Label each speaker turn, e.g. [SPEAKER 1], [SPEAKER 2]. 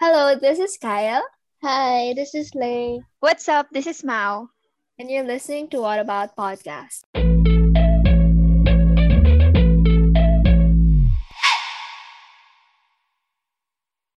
[SPEAKER 1] Hello, this is Kyle,
[SPEAKER 2] Hi, this is Lay.
[SPEAKER 3] What's up? This is Mao.
[SPEAKER 1] and you're listening to What About Podcast.